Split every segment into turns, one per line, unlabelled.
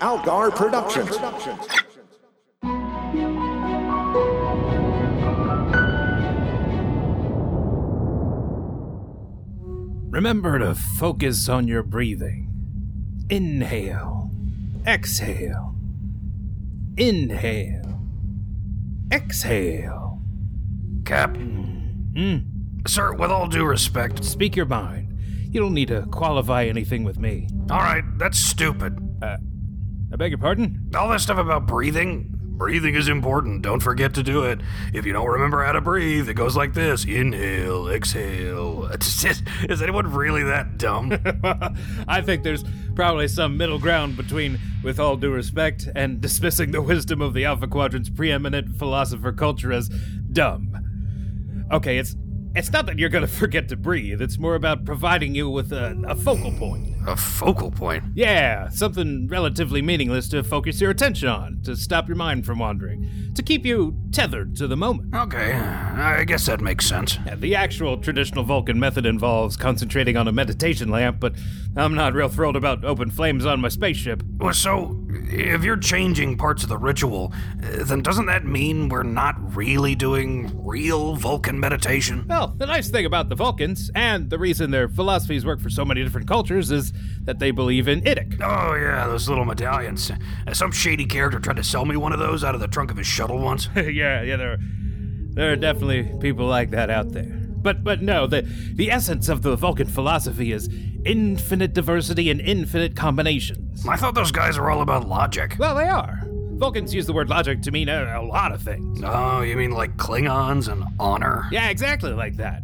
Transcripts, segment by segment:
Algar Productions.
Remember to focus on your breathing. Inhale. Exhale. Inhale. Exhale.
Cap,
Mm.
sir, with all due respect,
Speak your mind. You don't need to qualify anything with me.
all right, that's stupid.
Uh, I beg your pardon?
All that stuff about breathing, breathing is important. Don't forget to do it. If you don't remember how to breathe, it goes like this inhale, exhale. It's just- is anyone really that dumb?
I think there's probably some middle ground between, with all due respect, and dismissing the wisdom of the Alpha Quadrant's preeminent philosopher culture as dumb. Okay, it's it's not that you're gonna forget to breathe. It's more about providing you with a, a focal point.
a focal point.
Yeah, something relatively meaningless to focus your attention on, to stop your mind from wandering, to keep you tethered to the moment.
Okay, I guess that makes sense.
Yeah, The actual traditional Vulcan method involves concentrating on a meditation lamp, but I'm not real thrilled about open flames on my spaceship.
Well, So, if you're changing parts of the ritual, uh, then doesn't that mean we're not really doing real Vulcan meditation?
Well, the nice thing about the Vulcans, and the reason their philosophies work for so many different cultures, is that they believe in Idik.
Oh, yeah, those little medallions. Uh, Some shady character tried to sell me one of those out of the trunk of his shuttle once.
yeah, yeah, there are, there are definitely people like that out there. But but no, the the essence of the Vulcan philosophy is infinite diversity and infinite combinations.
I thought those guys were all about logic.
Well, they are. Vulcans use the word logic to mean a, a lot of things.
Oh, you mean like Klingons and honor?
Yeah, exactly like that.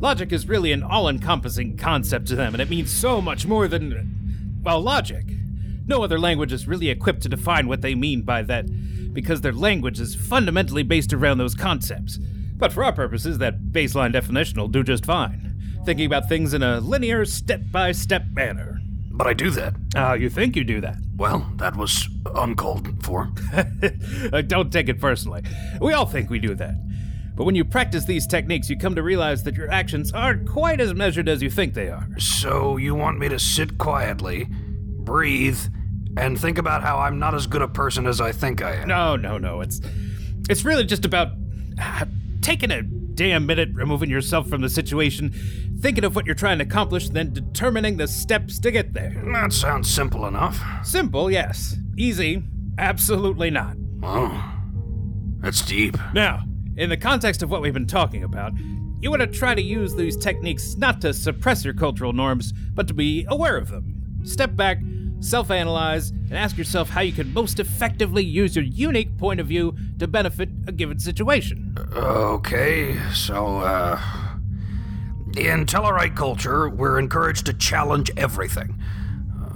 Logic is really an all encompassing concept to them, and it means so much more than, well, logic. No other language is really equipped to define what they mean by that, because their language is fundamentally based around those concepts. But for our purposes, that baseline definition will do just fine, thinking about things in a linear, step by step manner.
But I do that.
Ah, you think you do that?
Well, that was uncalled for.
Uh, Don't take it personally. We all think we do that. But when you practice these techniques, you come to realize that your actions aren't quite as measured as you think they are.
So, you want me to sit quietly, breathe, and think about how I'm not as good a person as I think I am?
No, no, no. It's it's really just about uh, taking a damn minute, removing yourself from the situation, thinking of what you're trying to accomplish, then determining the steps to get there.
That sounds simple enough.
Simple, yes. Easy, absolutely not.
Oh, that's deep.
Now, in the context of what we've been talking about, you want to try to use these techniques not to suppress your cultural norms, but to be aware of them. Step back, self analyze, and ask yourself how you can most effectively use your unique point of view to benefit a given situation.
Okay, so, uh. In Tellarite culture, we're encouraged to challenge everything.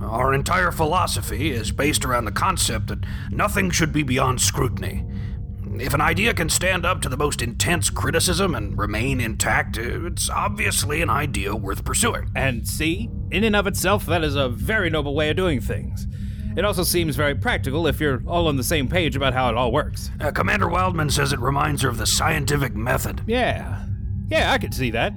Uh, Our entire philosophy is based around the concept that nothing should be beyond scrutiny. If an idea can stand up to the most intense criticism and remain intact, uh, it's obviously an idea worth pursuing.
And see, in and of itself, that is a very noble way of doing things. It also seems very practical if you're all on the same page about how it all works.
Uh, Commander Wildman says it reminds her of the scientific method.
Yeah. Yeah, I could see that.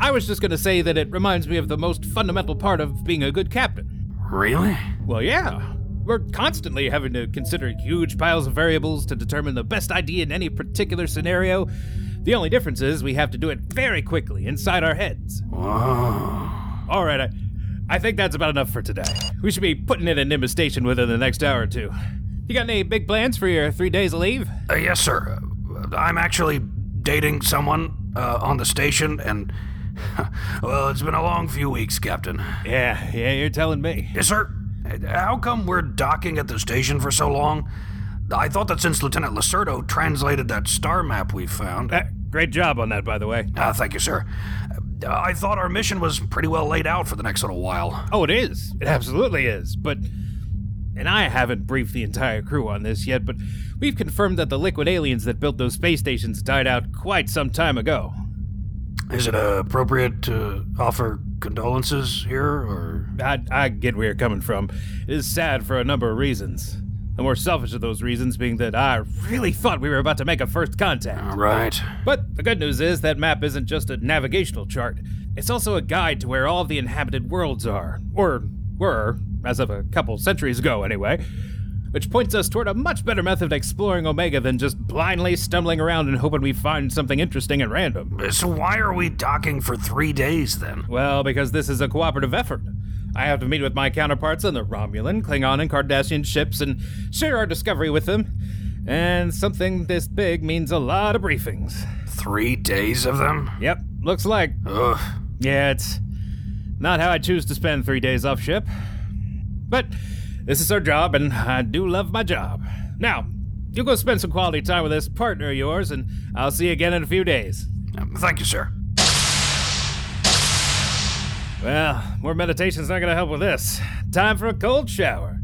I was just going to say that it reminds me of the most fundamental part of being a good captain.
Really?
Well, yeah. We're constantly having to consider huge piles of variables to determine the best idea in any particular scenario. The only difference is we have to do it very quickly inside our heads.
Whoa.
All right, I, I think that's about enough for today. We should be putting in a Nimbus station within the next hour or two. You got any big plans for your three days of leave?
Uh, yes, sir. Uh, I'm actually dating someone uh, on the station, and well, it's been a long few weeks, Captain.
Yeah, yeah, you're telling me.
Yes, sir. Uh, How come we're docking at the station for so long? I thought that since Lieutenant Lacerdo translated that star map we found.
Uh, great job on that, by the way.
Ah, thank you, sir. Uh, I thought our mission was pretty well laid out for the next little while.
Oh, it is. It absolutely is. But. And I haven't briefed the entire crew on this yet, but we've confirmed that the liquid aliens that built those space stations died out quite some time ago.
Is it uh, appropriate to offer condolences here, or
I, I get where you're coming from. It is sad for a number of reasons. The more selfish of those reasons being that I really thought we were about to make a first contact.
right?
But the good news is that map isn't just a navigational chart, it's also a guide to where all the inhabited worlds are. Or were, as of a couple centuries ago, anyway, which points us toward a much better method of exploring Omega than just blindly stumbling around and hoping we find something interesting and random.
So why are we docking for three days then?
Well, because this is a cooperative effort. I have to meet with my counterparts on the Romulan, Klingon, and Cardassian ships and share our discovery with them. And something this big means a lot of briefings.
Three days of them?
Yep, looks like.
Ugh.
Yeah, it's not how I choose to spend three days off ship. But this is our job, and I do love my job. Now, you go spend some quality time with this partner of yours, and I'll see you again in a few days.
Um, Thank you, sir.
Well, more meditation's not gonna help with this. Time for a cold shower.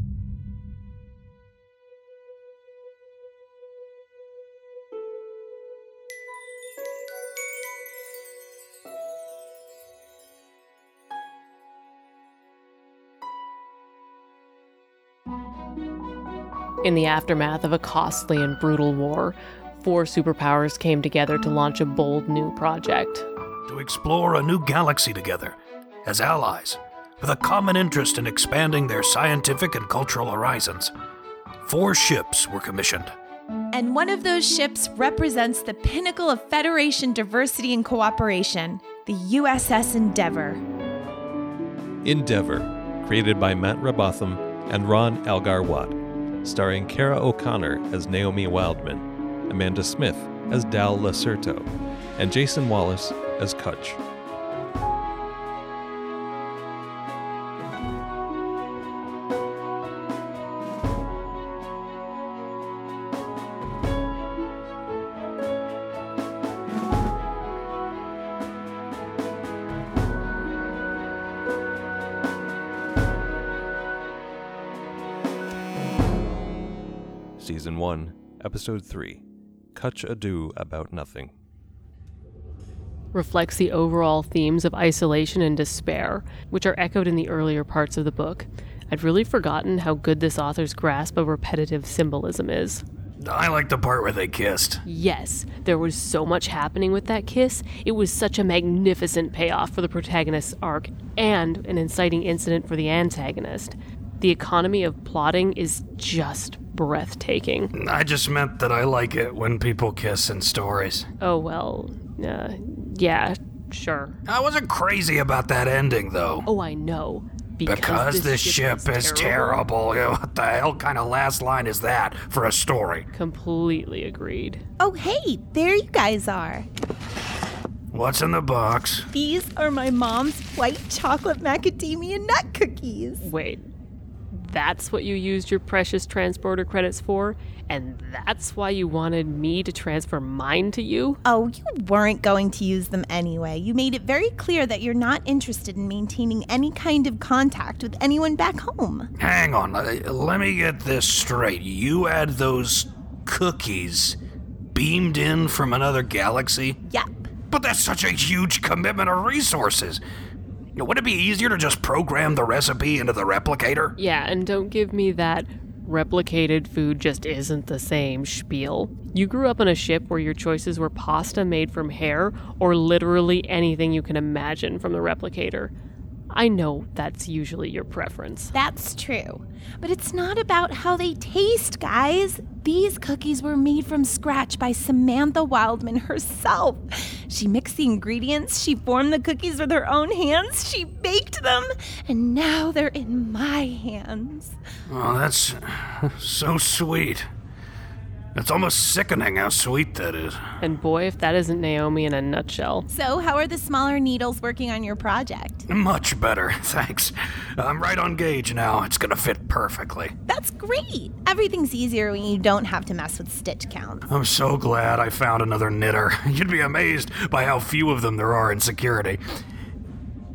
In the aftermath of a costly and brutal war, four superpowers came together to launch a bold new project.
To explore a new galaxy together, as allies, with a common interest in expanding their scientific and cultural horizons. Four ships were commissioned.
And one of those ships represents the pinnacle of Federation diversity and cooperation, the USS Endeavour.
Endeavor, created by Matt Rabotham and Ron Algar Watt, starring Kara O'Connor as Naomi Wildman, Amanda Smith as Dal Lacerto, and Jason Wallace as Kutch. Season 1, Episode 3 Kutch Ado About Nothing.
Reflects the overall themes of isolation and despair, which are echoed in the earlier parts of the book. I'd really forgotten how good this author's grasp of repetitive symbolism is.
I like the part where they kissed.
Yes, there was so much happening with that kiss. It was such a magnificent payoff for the protagonist's arc and an inciting incident for the antagonist. The economy of plotting is just breathtaking.
I just meant that I like it when people kiss in stories.
Oh, well, uh, yeah, sure.
I wasn't crazy about that ending, though.
Oh, I know. Because,
Because this, ship, is terrible. Yeah, What the hell kind of last line is that for a story?
Completely agreed.
Oh, hey, there you guys are.
What's in the box?
These are my mom's white chocolate macadamia nut cookies.
Wait, that's what you used your precious transporter credits for? And that's why you wanted me to transfer mine to you?
Oh, you weren't going to use them anyway. You made it very clear that you're not interested in maintaining any kind of contact with anyone back home.
Hang on. uh, Let me get this straight. You had those cookies beamed in from another galaxy?
Yep.
But that's such a huge commitment of resources. Would it be easier to just program the recipe into the replicator?
Yeah, and don't give me that replicated food just isn't the same spiel. You grew up on a ship where your choices were pasta made from hair or literally anything you can imagine from the replicator. I know that's usually your preference.
That's true. But it's not about how they taste, guys. These cookies were made from scratch by Samantha Wildman herself. She mixed the ingredients, she formed the cookies with her own hands, she baked them, and now they're in my hands.
Oh, that's so sweet. It's almost sickening how sweet that is.
And boy, if that isn't Naomi in a nutshell.
So, how are the smaller needles working on your project?
Much better, thanks. I'm right on gauge now. It's gonna fit perfectly.
That's great. Everything's easier when you don't have to mess with stitch counts.
I'm so glad I found another knitter. You'd be amazed by how few of them there are in security.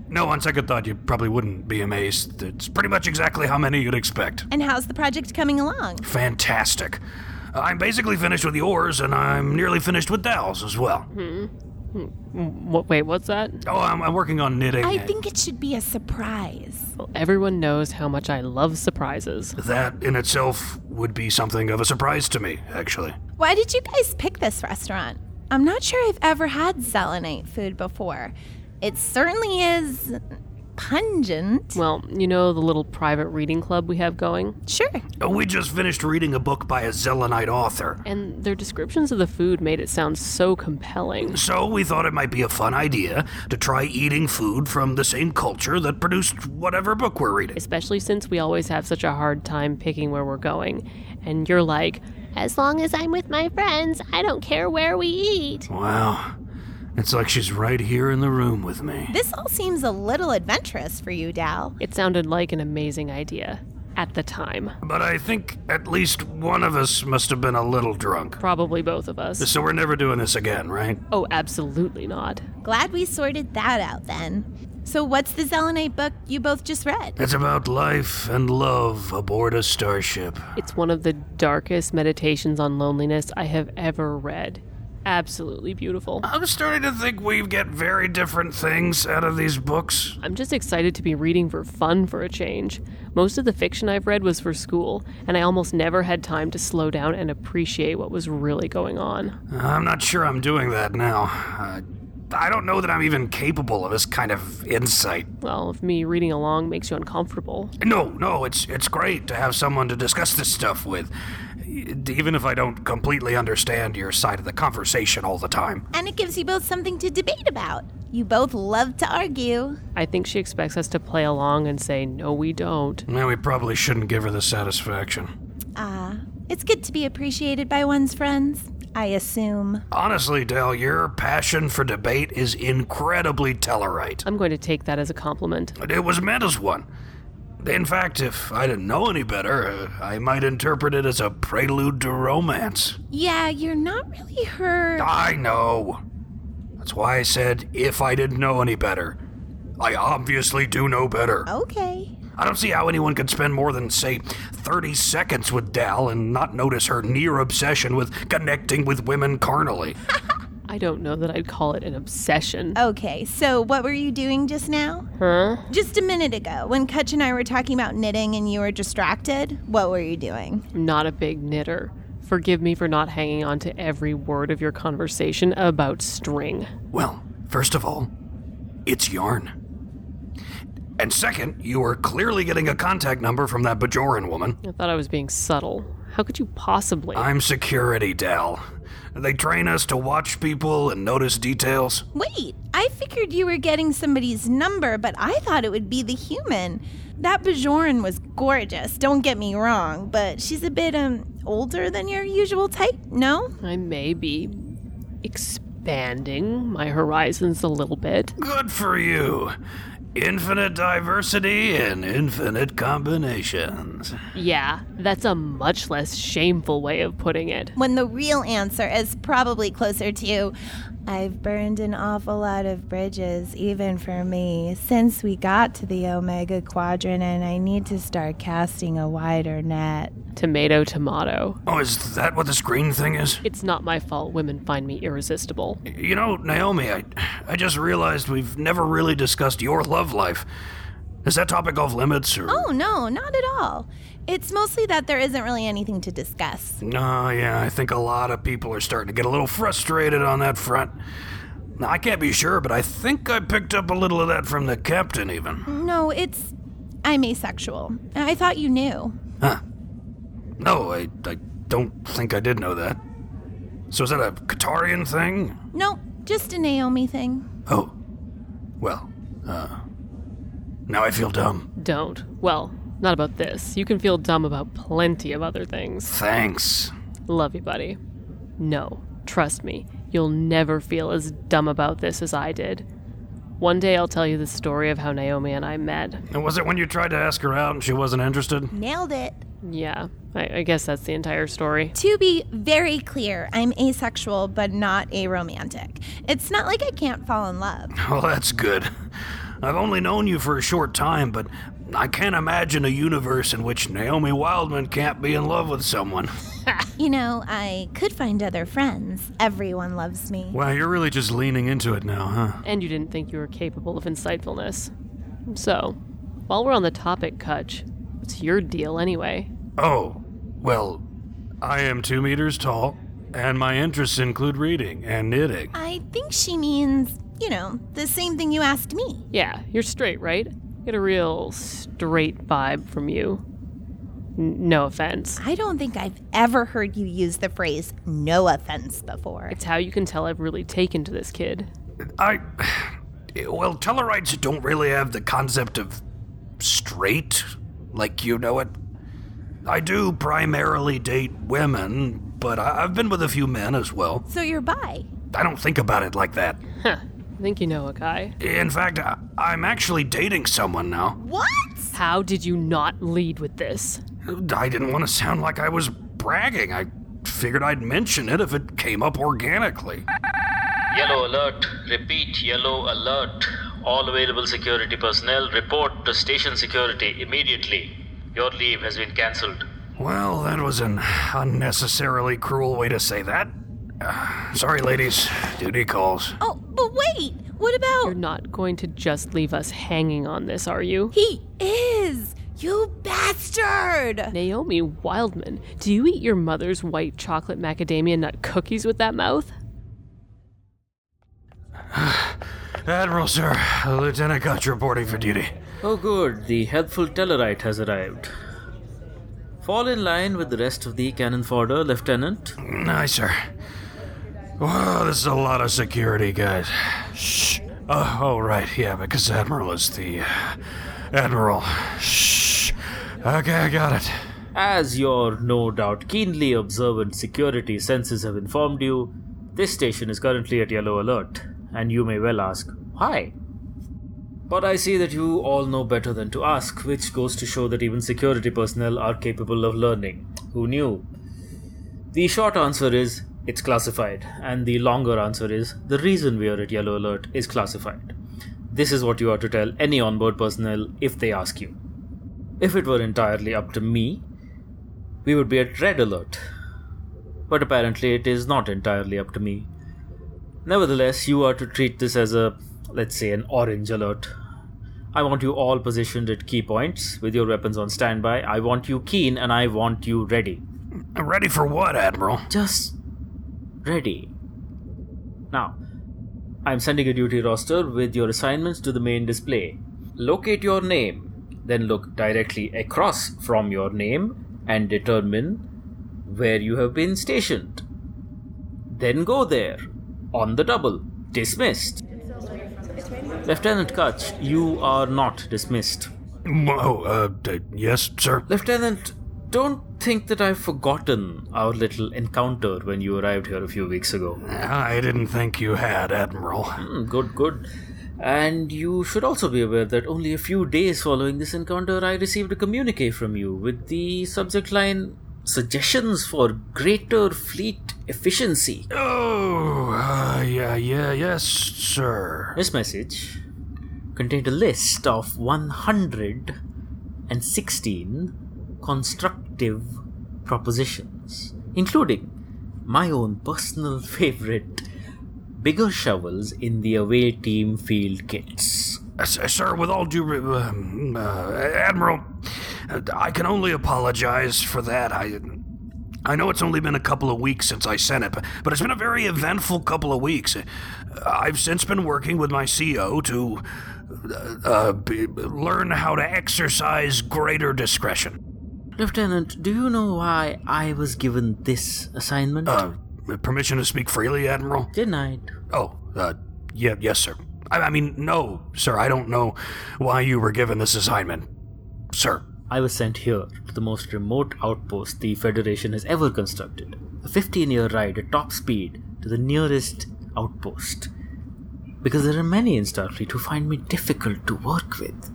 No, on second thought, you probably wouldn't be amazed. It's pretty much exactly how many you'd expect.
And how's the project coming along?
Fantastic. I'm basically finished with yours, and I'm nearly finished with Dow's as well.
What, wait, what's that?
Oh, I'm, I'm working on knitting.
I think it should be a surprise.
Well, everyone knows how much I love surprises.
That in itself would be something of a surprise to me, actually.
Why did you guys pick this restaurant? I'm not sure I've ever had zelenite food before. It certainly is pungent.
Well, you know the little private reading club we have going?
Sure.
Uh, We just finished reading a book by a Zelenite author,
And their descriptions of the food made it sound so compelling.
so we thought it might be a fun idea to try eating food from the same culture that produced whatever book we're reading.
especially since we always have such a hard time picking where we're going. And you're like,
As long as I'm with my friends, I don't care where we eat.
Wow. It's like she's right here in the room with me.
This all seems a little adventurous for you, Dal.
it sounded like an amazing idea at the time.
But I think at least one of us must have been a little drunk.
Probably both of us.
So we're never doing this again, right?
Oh, absolutely not.
Glad we sorted that out then. So, what's the Zelenite book you both just read?
It's about life and love aboard a starship.
It's one of the darkest meditations on loneliness I have ever read. Absolutely beautiful.
I'm starting to think we get very different things out of these books.
I'm just excited to be reading for fun for a change. Most of the fiction I've read was for school, and I almost never had time to slow down and appreciate what was really going on.
I'm not sure I'm doing that now. I, I don't know that I'm even capable of this kind of insight.
Well, if me reading along makes you uncomfortable,
No, no, it's it's great to have someone to discuss this stuff with. Even if I don't completely understand your side of the conversation all the time.
And it gives you both something to debate about. You both love to argue.
I think she expects us to play along and say, no, we don't.
Now we probably shouldn't give her the satisfaction.
Ah, it's good to be appreciated by one's friends, I assume.
Honestly, Dell, your passion for debate is incredibly Tellarite.
I'm going to take that as a compliment.
It was meant as one. In fact, if I didn't know any better, uh, I might interpret it as a prelude to romance.
Yeah, you're not really her.
I know. That's why I said if I didn't know any better. I obviously do know better.
Okay.
I don't see how anyone could spend more than, say, 30 seconds with Dal and not notice her near obsession with connecting with women carnally.
I don't know that I'd call it an obsession.
Okay, so what were you doing just now?
Huh?
Just a minute ago, when Kutch and I were talking about knitting and you were distracted, what were you doing?
I'm not a big knitter. Forgive me for not hanging on to every word of your conversation about string.
Well, first of all, it's yarn. And second, you were clearly getting a contact number from that Bajoran woman.
I thought I was being subtle. How could you possibly?
I'm security, Dal. They train us to watch people and notice details.
Wait, I figured you were getting somebody's number, but I thought it would be the human. That Bajoran was gorgeous, don't get me wrong, but she's a bit um older than your usual type, no?
I may be expanding my horizons a little bit.
Good for you. Infinite diversity and infinite combinations.
Yeah, that's a much less shameful way of putting it.
When the real answer is probably closer to I've burned an awful lot of bridges, even for me, since we got to the Omega Quadrant, and I need to start casting a wider net.
Tomato, tomato.
Oh, is that what this green thing is?
It's not my fault women find me irresistible.
You know, Naomi, I, I just realized we've never really discussed your love life. Is that topic off limits or?
Oh, no, not at all. It's mostly that there isn't really anything to discuss.
No, yeah, I think a lot of people are starting to get a little frustrated on that front. Now, I can't be sure, but I think I picked up a little of that from the captain, even.
No, it's. I'm asexual. I thought you knew.
No, I, I don't think I did know that. So is that a Qatarian thing?
No, just a Naomi thing.
Oh, well, uh, now I feel dumb.
Don't. Well, not about this. You can feel dumb about plenty of other things.
Thanks.
Love you, buddy. No, trust me, you'll never feel as dumb about this as I did. One day I'll tell you the story of how Naomi and I met.
And was it when you tried to ask her out and she wasn't interested?
Nailed it.
Yeah, I, I guess that's the entire story.
To be very clear, I'm asexual, but not aromantic. It's not like I can't fall in love.
Well, Oh, that's good. I've only known you for a short time, but I can't imagine a universe in which Naomi Wildman can't be in love with someone.
You know, I could find other friends. Everyone loves me.
Wow, you're really just leaning into it now, huh?
And you didn't think you were capable of insightfulness. So, while we're on the topic, Kutch, what's your deal anyway?
Oh, well, I am two meters tall, and my interests include reading and knitting.
I think she means, you know, the same thing you asked me.
Yeah, you're straight, right? Get a real straight vibe from you. N- no offense.
I don't think I've ever heard you use the phrase no offense before.
It's how you can tell I've really taken to this kid.
I. Well, Tellarites don't really have the concept of straight, like you know it. I do primarily date women, but I, I've been with a few men as well.
So you're bi.
I don't think about it like that.
Huh. I think you know a guy.
In fact, I, I'm actually dating someone now.
What?
How did you not lead with this?
I didn't want to sound like I was bragging. I figured I'd mention it if it came up organically.
Yellow alert. Repeat, yellow alert. All available security personnel report to station security immediately. Your leave has been cancelled.
Well, that was an unnecessarily cruel way to say that. Uh, sorry, ladies. Duty calls.
Oh, but wait. What
You're
about
not going to just leave us hanging on this, are you?
he is? You bastard!
Naomi Wildman, do you eat your mother's white chocolate macadamia nut cookies with that mouth?
Admiral, sir. Lieutenant Kutcher boarding for duty.
Oh, good. The helpful Tellarite has arrived. Fall in line with the rest of the cannon fodder, Lieutenant.
Nice, sir. Whoa, this is a lot of security, guys. Shh. Oh, oh, right, yeah, because Admiral is the. Uh, Admiral. Shh. Okay, I got it.
As your no doubt keenly observant security senses have informed you, this station is currently at yellow alert, and you may well ask, why? But I see that you all know better than to ask, which goes to show that even security personnel are capable of learning. Who knew? The short answer is, it's classified, and the longer answer is, the reason we are at yellow alert is classified. This is what you are to tell any onboard personnel if they ask you. If it were entirely up to me, we would be at red alert. But apparently, it is not entirely up to me. Nevertheless, you are to treat this as a, let's say, an orange alert. I want you all positioned at key points with your weapons on standby. I want you keen and I want you ready.
Ready for what, Admiral?
Just ready. Now, I'm sending a duty roster with your assignments to the main display. Locate your name, then look directly across from your name and determine where you have been stationed. Then go there. On the double. Dismissed. Lieutenant Kutch, you are not dismissed.
Whoa, uh, d- yes, sir.
Lieutenant, don't think that I've forgotten our little encounter when you arrived here a few weeks ago.
Ah, I didn't think you had, Admiral.
Hmm, good, good. And you should also be aware that only a few days following this encounter, I received a communique from you with the subject line suggestions for greater fleet efficiency.
Oh, uh, yeah, yeah, yes, sir.
This message contained a list of 116 constructive propositions, including my own personal favorite bigger shovels in the away team field kits.
Uh, s- sir, with all due re- um, uh, Admiral, uh, I can only apologize for that. I I know it's only been a couple of weeks since I sent it, but, but it's been a very eventful couple of weeks. Uh, I've since been working with my CO to uh, uh, b- learn how to exercise greater discretion.
Lieutenant, do you know why I was given this assignment?
Uh, permission to speak freely, Admiral?
Denied.
Oh, uh, yeah, yes, sir. I, I mean, no, sir. I don't know why you were given this assignment, sir.
I was sent here to the most remote outpost the Federation has ever constructed. A 15 year ride at top speed to the nearest outpost. Because there are many in Starfleet who find me difficult to work with.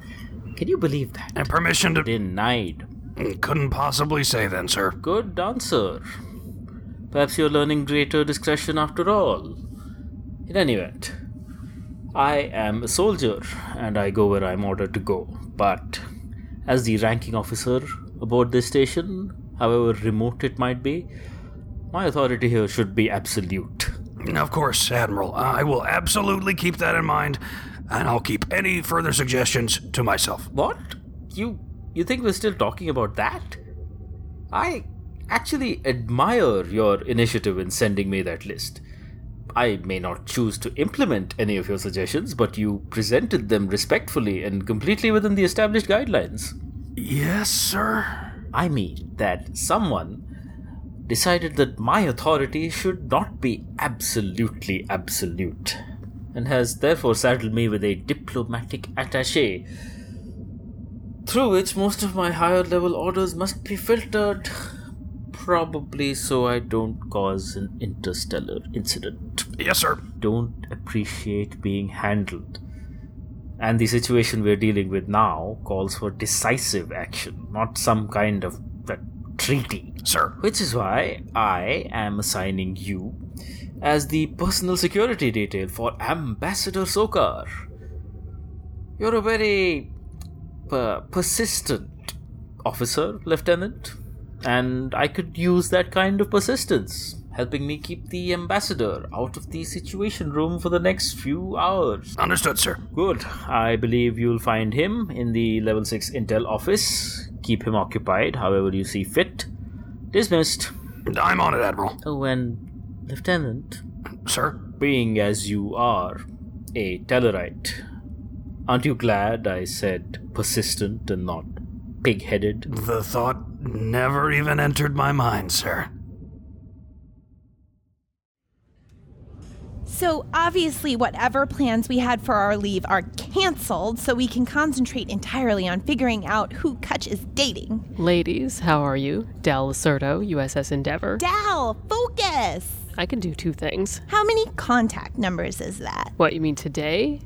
Can you believe that?
And permission to
Denied.
Couldn't possibly say then, sir.
Good answer. Perhaps you're learning greater discretion after all. In any event, I am a soldier and I go where I'm ordered to go. But as the ranking officer aboard this station, however remote it might be, my authority here should be absolute.
Of course, Admiral. uh, I will absolutely keep that in mind, and I'll keep any further suggestions to myself.
What? You you think we're still talking about that? I actually admire your initiative in sending me that list. I may not choose to implement any of your suggestions, but you presented them respectfully and completely within the established guidelines.
Yes, sir.
I mean that someone decided that my authority should not be absolutely absolute, and has therefore saddled me with a diplomatic attache, through which most of my higher level orders must be filtered, probably so I don't cause an interstellar incident.
Yes, sir.
Don't appreciate being handled. And the situation we're dealing with now calls for decisive action, not some kind of uh, treaty.
Sir.
Which is why I am assigning you as the personal security detail for Ambassador Sokar. You're a very per- persistent officer, Lieutenant, and I could use that kind of persistence, helping me keep the ambassador out of the situation room for the next few hours.
Understood, sir.
Good. I believe you'll find him in the level 6 intel office. Keep him occupied however you see fit. Dismissed.
I'm on it, Admiral.
Oh, and Lieutenant,
Sir?
being as you are a Tellarite, aren't you glad I said persistent and not pig headed?
The thought never even entered my mind, sir.
So, obviously, whatever plans we had for our leave are canceled so we can concentrate entirely on figuring out who Kutch is dating.
Ladies, how are you? Dal Lacerto, USS Endeavor.
Dal, focus!
I can do two things.
How many contact numbers is that?
What, you mean today?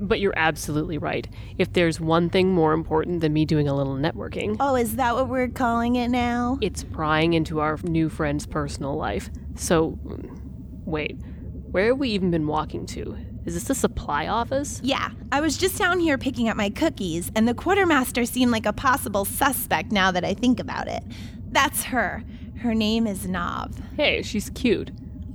But you're absolutely right. If there's one thing more important than me doing a little networking,
Oh, is that what we're calling it now?
it's prying into our new friend's personal life. So, mm, wait, where have we even been walking to? Is this the supply office?
Yeah, I was just down here picking up my cookies, and the quartermaster seemed like a possible suspect now that I think about it. That's her. Her name is Nov.
Hey, she's cute.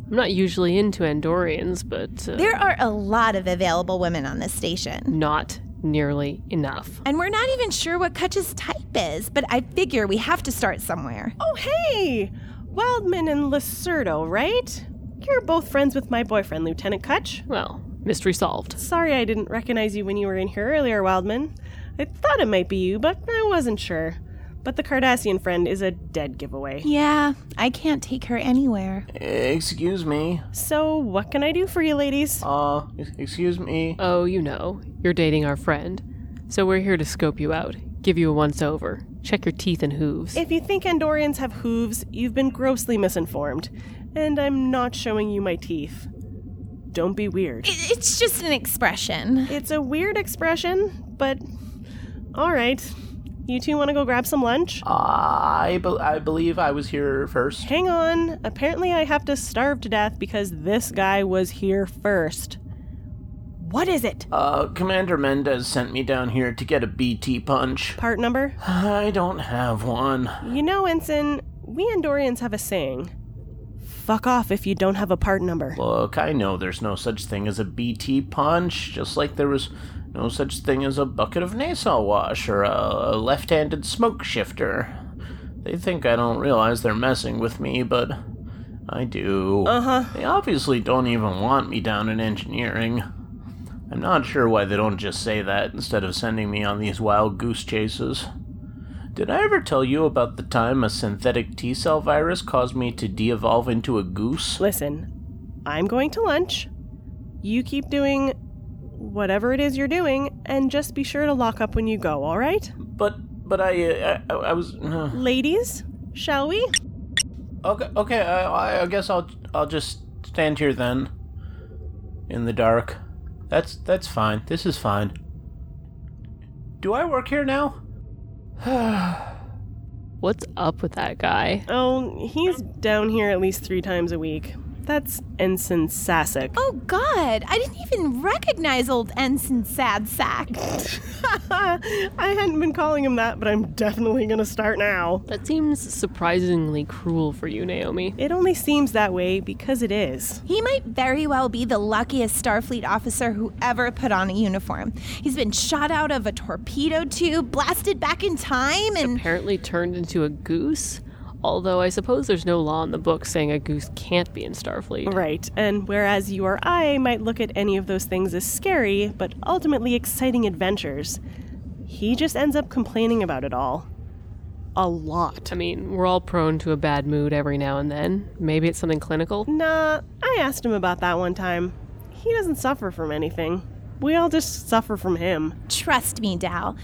I'm not usually into Andorians, but uh,
There are a lot of available women on this station.
not nearly enough.
And we're not even sure what Kutch's type is, but I figure we have to start somewhere.
Oh, hey! Wildman and Lacerdo, right? You're both friends with my boyfriend, Lieutenant Kutch.
Well, mystery solved.
Sorry I didn't recognize you when you were in here earlier, Wildman. I thought it might be you, but I wasn't sure. But the Cardassian friend is a dead giveaway.
Yeah, I can't take her anywhere.
Excuse me.
So, what can I do for you, ladies?
Uh, ex- excuse me.
Oh, you know, you're dating our friend. So we're here to scope you out, give you a once over, check your teeth and hooves.
If you think Andorians have hooves, you've been grossly misinformed. And I'm not showing you my teeth. Don't be weird.
I- It's just an expression.
It's a weird expression, but. Alright. You two want to go grab some lunch?
I be- I believe I was here first.
Hang on. Apparently, I have to starve to death because this guy was here first. What is it?
Uh, Commander Mendez sent me down here to get a BT punch.
Part number?
I don't have one.
You know, Ensign, we Andorians have a saying fuck off if you don't have a part number.
Look, I know there's no such thing as a BT punch, just like there was no such thing as a bucket of nasal wash or a left-handed smoke shifter. They think I don't realize they're messing with me, but I do. Uh-huh. They obviously don't even want me down in engineering. I'm not sure why they don't just say that instead of sending me on these wild goose chases. Did I ever tell you about the time a synthetic T cell virus caused me to de evolve into a goose?
Listen, I'm going to lunch. You keep doing whatever it is you're doing, and just be sure to lock up when you go, alright?
But but I uh, I, I was uh,
Ladies, shall we?
okay okay I, I guess I'll I'll just stand here then in the dark. That's that's fine. This is fine. Do I work here now?
What's up with that guy?
Oh, he's down here at least three times a week. That's Ensign Sasek.
Oh, God, I didn't even recognize old Ensign Sad Sack.
I hadn't been calling him that, but I'm definitely gonna start now.
That seems surprisingly cruel for you, Naomi.
It only seems that way because it is.
He might very well be the luckiest Starfleet officer who ever put on a uniform. He's been shot out of a torpedo tube, blasted back in time, and
Apparently turned into a goose? Although I suppose there's no law in the book saying a goose can't be in Starfleet.
Right, and whereas you or I might look at any of those things as scary, but ultimately exciting adventures, he just ends up complaining about it all. A lot.
I mean, we're all prone to a bad mood every now and then. Maybe it's something clinical.
Nah, I asked him about that one time. He doesn't suffer from anything. We all just suffer from him.
Trust me, Dal.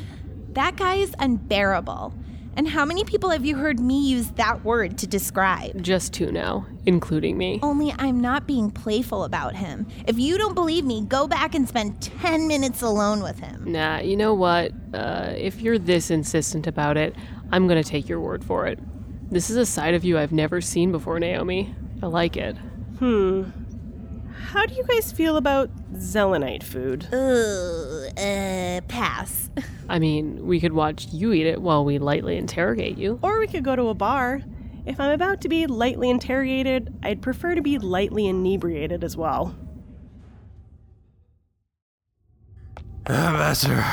That guy is unbearable. And how many people have you heard me use that word to describe?
Just two now, including me.
Only I'm not being playful about him. If you don't believe me, go back and spend 10 minutes alone with him.
Nah, you know what? Uh, if you're this insistent about it, I'm gonna take your word for it. This is a side of you I've never seen before, Naomi. I like it.
Hmm. How do you guys feel about zelenite food?
Ugh, uh, pass.
I mean, we could watch you eat it while we lightly interrogate you.
Or we could go to a bar. If I'm about to be lightly interrogated, I'd prefer to be lightly inebriated as well.
Uh, Ambassador.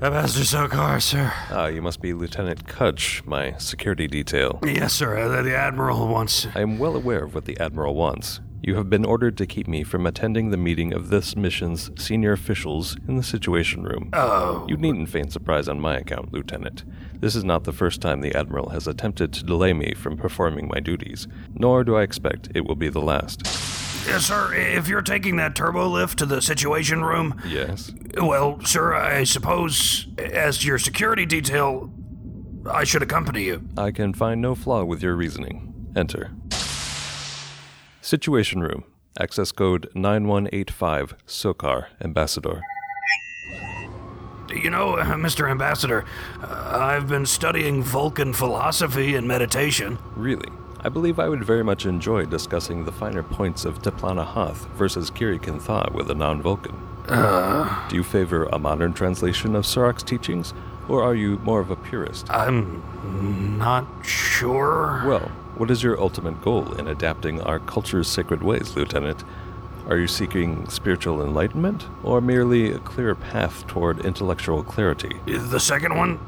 Ambassador Sokar, sir.
Ah, you must be Lieutenant Kutch, my security detail.
Yes, sir. uh, The, the Admiral wants.
I am well aware of what the Admiral wants. You have been ordered to keep me from attending the meeting of this mission's senior officials in the Situation Room.
Oh.
You needn't feign surprise on my account, Lieutenant. This is not the first time the Admiral has attempted to delay me from performing my duties, nor do I expect it will be the last.
Yes, Uh, sir. If you're taking that turbo lift to the Situation Room,
Yes?
Well, sir, I suppose as your security detail, I should accompany you.
I can find no flaw with your reasoning. Enter. Situation Room. Access code 9185 SOCAR, Ambassador.
You know, uh, Mr. Ambassador, uh, I've been studying Vulcan philosophy and meditation.
Really, I believe I would very much enjoy discussing the finer points of Teplana Hoth versus Kirikin Tha with a non Vulcan.
Uh.
Do you favor a modern translation of Sorok's teachings, or are you more of a purist?
I'm not sure.
Well, what is your ultimate goal in adapting our culture's sacred ways, Lieutenant? Are you seeking spiritual enlightenment, or merely a clearer path toward intellectual clarity?
The second one,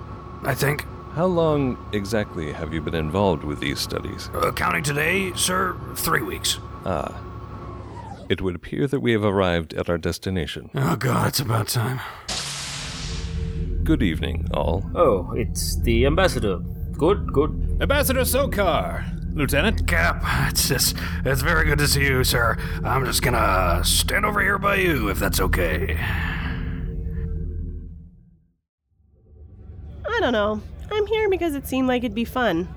I think.
How long exactly have you been involved with these studies?
Uh, counting today, sir, three weeks.
Ah. It would appear that we have arrived at our destination.
Oh, God, it's about time.
Good evening, all.
Oh, it's the ambassador. Good, good.
Ambassador Sokar, Lieutenant.
Cap, it's just, it's very good to see you, sir. I'm just gonna stand over here by you, if that's okay.
I don't know. I'm here because it seemed like it'd be fun.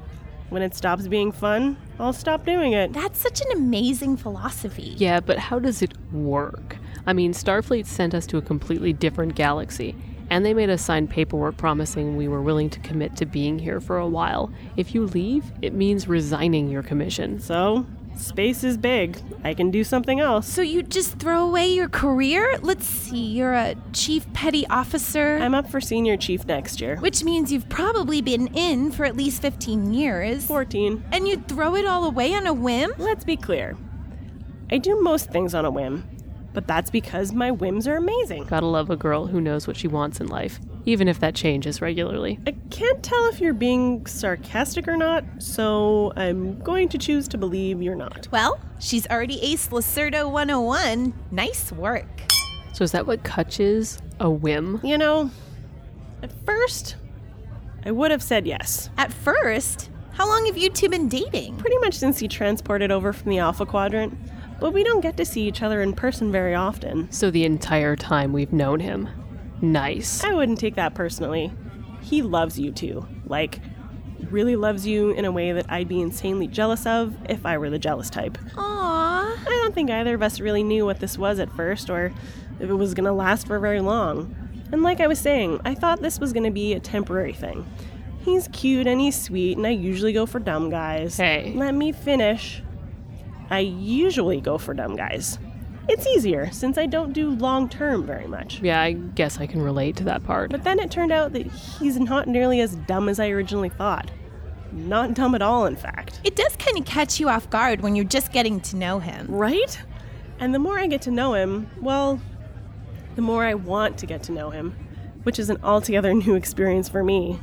When it stops being fun, I'll stop doing it.
That's such an amazing philosophy.
Yeah, but how does it work? I mean, Starfleet sent us to a completely different galaxy, and they made us sign paperwork promising we were willing to commit to being here for a while. If you leave, it means resigning your commission.
So, space is big. I can do something else.
So you just throw away your career? Let's see, you're a chief petty officer,
I'm up for senior chief next year.
which means you've probably been in for at least 15 years.
14.
And you throw it all away on a whim?
Let's be clear. I do most things on a whim, but that's because my whims are amazing.
Gotta love a girl who knows what she wants in life, even if that changes regularly.
I can't tell if you're being sarcastic or not, so I'm going to choose to believe you're not.
Well, she's already aced Lacerdo 101. Nice work.
So, is that what Kutch is? A whim?
You know, at first, I would have said yes.
At first, how long have you two been dating?
Pretty much since he transported over from the Alpha Quadrant, but we don't get to see each other in person very often.
So, the entire time we've known him. Nice.
I wouldn't take that personally. He loves you too. Like, really loves you in a way that I'd be insanely jealous of if I were the jealous type.
Aww.
I don't think either of us really knew what this was at first or if it was going to last for very long. And like I was saying, I thought this was going to be a temporary thing. He's cute and he's sweet, and I usually go for dumb guys.
Hey.
Let me finish. I usually go for dumb guys. It's easier since I don't do long term very much.
Yeah, I guess I can relate to that part.
But then it turned out that he's not nearly as dumb as I originally thought. Not dumb at all, in fact.
It does kind of catch you off guard when you're just getting to know him.
Right? And the more I get to know him, well, the more I want to get to know him, which is an altogether new experience for me.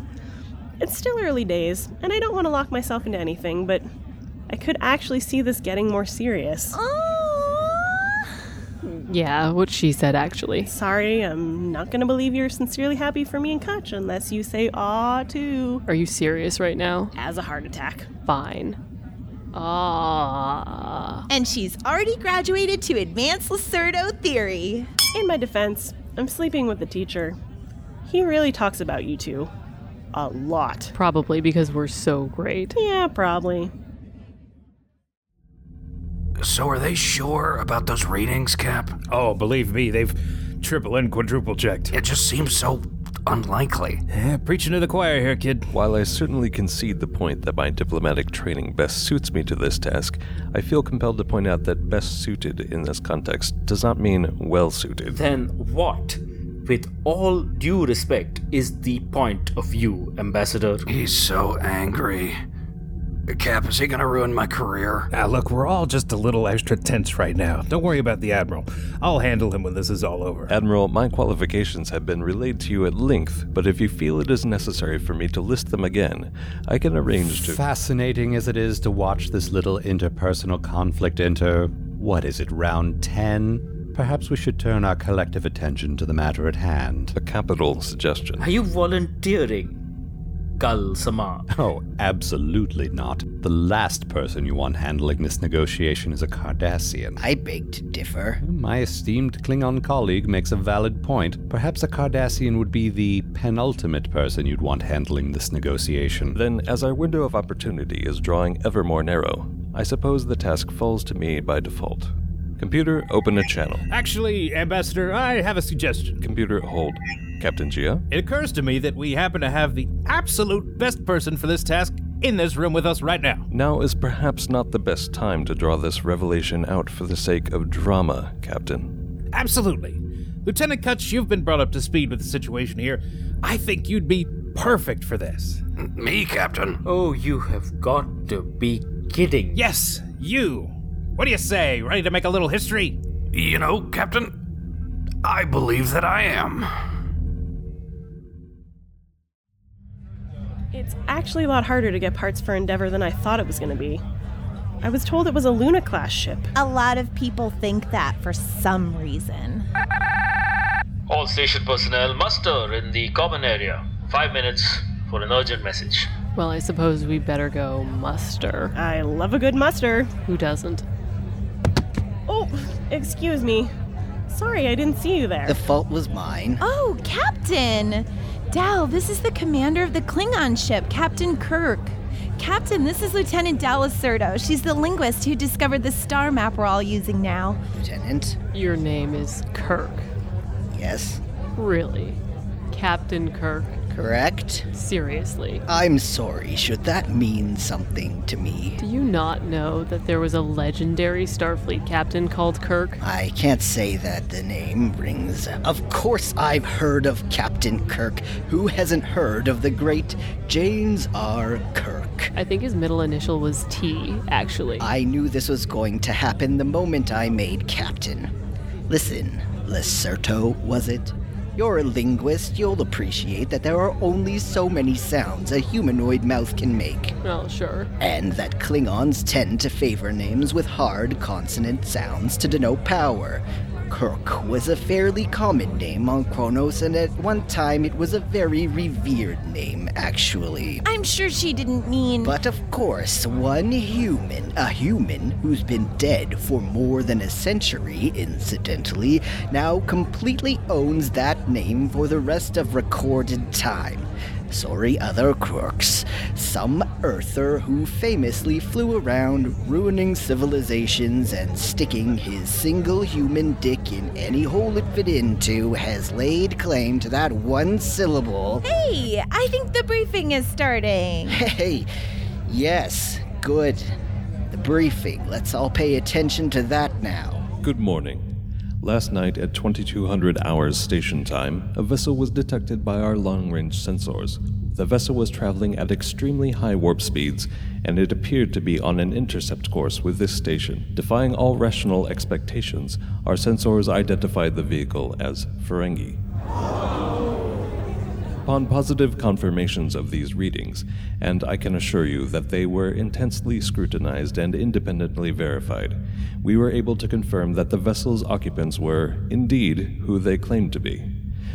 It's still early days, and I don't want to lock myself into anything, but I could actually see this getting more serious.
Oh,
Yeah, what she said, actually.
Sorry, I'm not going to believe you're sincerely happy for me and Kutch unless you say aw too.
Are you serious right now?
As a heart attack.
Fine. Ah.
And she's already graduated to advanced Lacerdo theory.
In my defense, I'm sleeping with the teacher. He really talks about you two. A lot.
Probably because we're so great.
Yeah, probably.
So are they sure about those ratings, Cap?
Oh, believe me, they've triple and quadruple checked.
It just seems so unlikely.
Yeah, preaching to the choir here, kid.
While I certainly concede the point that my diplomatic training best suits me to this task, I feel compelled to point out that best suited in this context does not mean well suited.
Then what, with all due respect, is the point of view, Ambassador?
He's so angry. Cap, is he gonna ruin my career?
Ah, look, we're all just a little extra tense right now. Don't worry about the Admiral. I'll handle him when this is all over.
Admiral, my qualifications have been relayed to you at length, but if you feel it is necessary for me to list them again, I can arrange to.
Fascinating as it is to watch this little interpersonal conflict enter, what is it, round 10? Perhaps we should turn our collective attention to the matter at hand.
A capital suggestion.
Are you volunteering, Kal Sama?
Oh, absolutely not. The last person you want handling this negotiation is a Cardassian.
I beg to differ.
My esteemed Klingon colleague makes a valid point. Perhaps a Cardassian would be the penultimate person you'd want handling this negotiation.
Then, as our window of opportunity is drawing ever more narrow, I suppose the task falls to me by default. Computer, open a channel.
Actually, Ambassador, I have a suggestion.
Computer, hold. Captain Gia?
It occurs to me that we happen to have the absolute best person for this task in this room with us right now.
Now is perhaps not the best time to draw this revelation out for the sake of drama, Captain.
Absolutely. Lieutenant Kutch, you've been brought up to speed with the situation here. I think you'd be perfect for this.
Me, Captain?
Oh, you have got to be kidding.
Yes, you. What do you say? Ready to make a little history?
You know, Captain, I believe that I am.
It's actually a lot harder to get parts for Endeavour than I thought it was going to be. I was told it was a Luna class ship.
A lot of people think that for some reason.
All station personnel muster in the common area. Five minutes for an urgent message.
Well, I suppose we better go muster.
I love a good muster.
Who doesn't?
Oh, excuse me. Sorry, I didn't see you there.
The fault was mine.
Oh, Captain! Dal, this is the commander of the Klingon ship, Captain Kirk. Captain, this is Lieutenant Dal Lacerdo. She's the linguist who discovered the star map we're all using now.
Lieutenant?
Your name is Kirk.
Yes.
Really? Captain Kirk?
Correct?
Seriously.
I'm sorry, should that mean something to me?
Do you not know that there was a legendary Starfleet captain called Kirk?
I can't say that the name rings. Of course, I've heard of Captain Kirk. Who hasn't heard of the great James R. Kirk?
I think his middle initial was T, actually.
I knew this was going to happen the moment I made captain. Listen, Lacerto, was it? You're a linguist, you'll appreciate that there are only so many sounds a humanoid mouth can make,
Well, sure.
and that Klingons tend to favor names with hard consonant sounds to denote power. Kirk was a fairly common name on Kronos, and at one time it was a very revered name, actually.
I'm sure she didn't mean.
But of course, one human, a human who's been dead for more than a century, incidentally, now completely owns that name for the rest of recorded time. Sorry, other crooks. Some earther who famously flew around ruining civilizations and sticking his single human dick in any hole it fit into has laid claim to that one syllable.
Oh, hey, I think the briefing is starting.
Hey, yes, good. The briefing. Let's all pay attention to that now.
Good morning. Last night at 2200 hours station time, a vessel was detected by our long range sensors. The vessel was traveling at extremely high warp speeds, and it appeared to be on an intercept course with this station. Defying all rational expectations, our sensors identified the vehicle as Ferengi. upon positive confirmations of these readings, and I can assure you that they were intensely scrutinized and independently verified, we were able to confirm that the vessel's occupants were, indeed, who they claimed to be.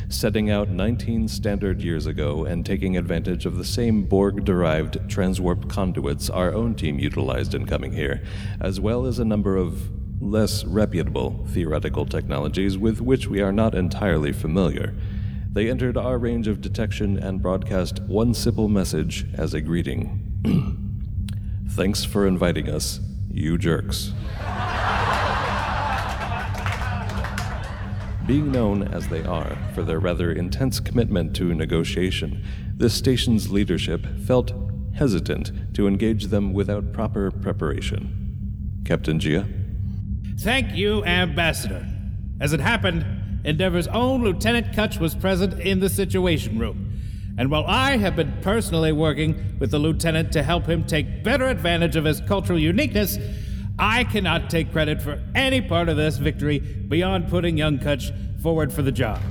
Setting out 19 standard years ago and taking advantage of the same Borg derived transwarp conduits our own team utilized in coming here, as well as a number of less reputable theoretical technologies with which we are not entirely familiar. They entered our range of detection and broadcast one simple message as a greeting Thanks for inviting us, you jerks. Being known as they are for their rather intense commitment to negotiation, this station's leadership felt hesitant to engage them without proper preparation. Captain Gia?
Thank you, Ambassador. As it happened, Endeavor's own Lieutenant Kutch was present in the Situation Room. And while I have been personally working with the Lieutenant to help him take better advantage of his cultural uniqueness, I cannot take credit for any part of this victory beyond putting young Kutch forward for the job.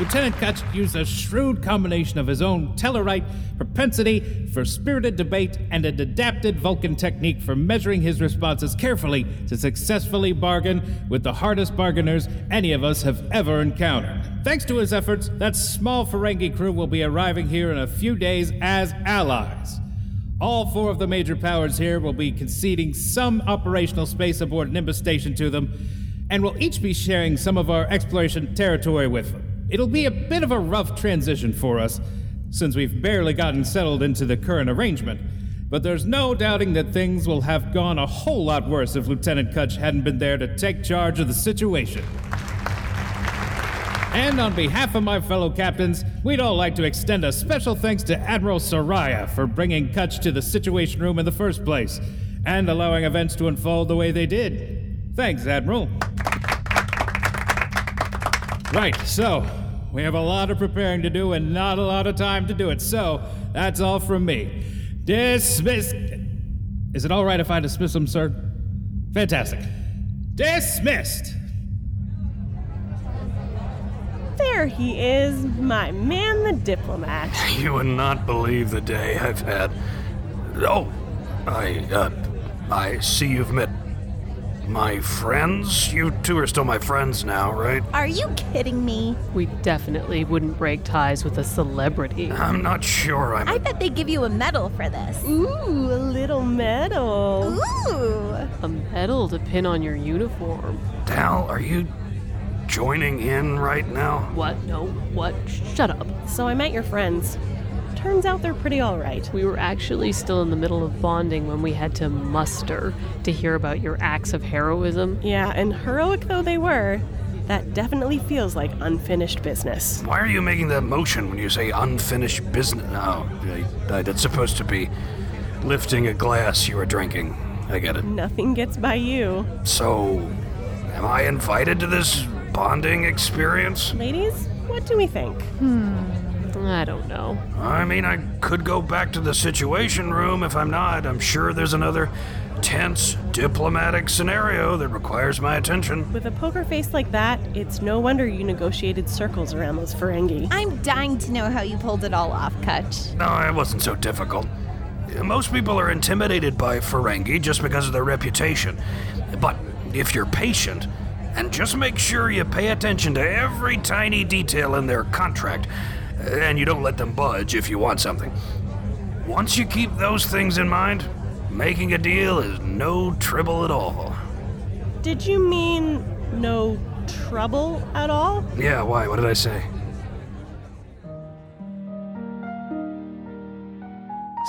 Lieutenant Kutch used a shrewd combination of his own Tellarite propensity for spirited debate and an adapted Vulcan technique for measuring his responses carefully to successfully bargain with the hardest bargainers any of us have ever encountered. Thanks to his efforts, that small Ferengi crew will be arriving here in a few days as allies. All four of the major powers here will be conceding some operational space aboard Nimbus Station to them, and will each be sharing some of our exploration territory with them. It'll be a bit of a rough transition for us, since we've barely gotten settled into the current arrangement. But there's no doubting that things will have gone a whole lot worse if Lieutenant Kutch hadn't been there to take charge of the situation. And on behalf of my fellow captains, we'd all like to extend a special thanks to Admiral Soraya for bringing Kutch to the Situation Room in the first place and allowing events to unfold the way they did. Thanks, Admiral. Right, so we have a lot of preparing to do and not a lot of time to do it, so that's all from me. Dismiss. Is it all right if I dismiss him, sir? Fantastic. Dismissed!
There he is, my man the diplomat.
You would not believe the day I've had. Oh, I, uh, I see you've met my friends. You two are still my friends now, right?
Are you kidding me?
We definitely wouldn't break ties with a celebrity.
I'm not sure. I'm.
I bet they give you a medal for this.
Ooh, a little medal.
Ooh.
A medal to pin on your uniform.
Dal, are you joining in right now?
What? No, what? Shut up.
So I met your friends. Turns out they're pretty alright.
We were actually still in the middle of bonding when we had to muster to hear about your acts of heroism.
Yeah, and heroic though they were, that definitely feels like unfinished business.
Why are you making that motion when you say unfinished business? Oh, I, I, that's supposed to be lifting a glass you were drinking. I get it.
Nothing gets by you.
So, am I invited to this bonding experience?
Ladies, what do we think?
Hmm. I don't know.
I mean, I could go back to the situation room if I'm not. I'm sure there's another tense diplomatic scenario that requires my attention.
With a poker face like that, it's no wonder you negotiated circles around those Ferengi.
I'm dying to know how you pulled it all off, Kutch.
No, it wasn't so difficult. Most people are intimidated by Ferengi just because of their reputation. But if you're patient, and just make sure you pay attention to every tiny detail in their contract, and you don't let them budge if you want something. Once you keep those things in mind, making a deal is no trouble at all.
Did you mean no trouble at all?
Yeah, why? What did I say?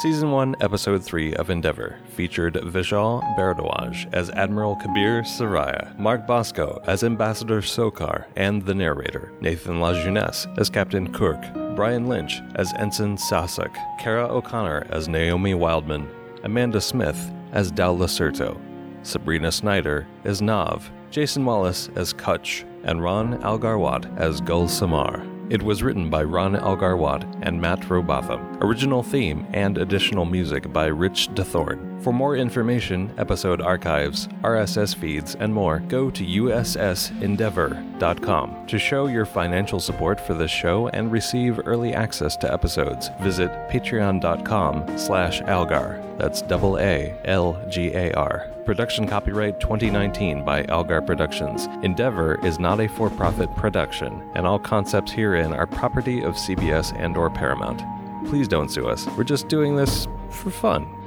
Season 1, Episode 3 of Endeavor featured Vishal Bharadwaj as Admiral Kabir Saraya, Mark Bosco as Ambassador Sokar and the narrator, Nathan LaJeunesse as Captain Kirk, Brian Lynch as Ensign Sasak, Kara O'Connor as Naomi Wildman, Amanda Smith as Dal Lacerto, Sabrina Snyder as Nav, Jason Wallace as Kutch, and Ron Algarwat as Gul Samar. It was written by Ron Algarwad and Matt Robotham. Original theme and additional music by Rich DeThorne. For more information, episode archives, RSS feeds, and more, go to ussendeavor.com. To show your financial support for this show and receive early access to episodes, visit patreon.com slash algar. That's double A L G A R. Production copyright 2019 by Algar Productions. Endeavor is not a for-profit production, and all concepts herein are property of CBS and or Paramount. Please don't sue us. We're just doing this for fun.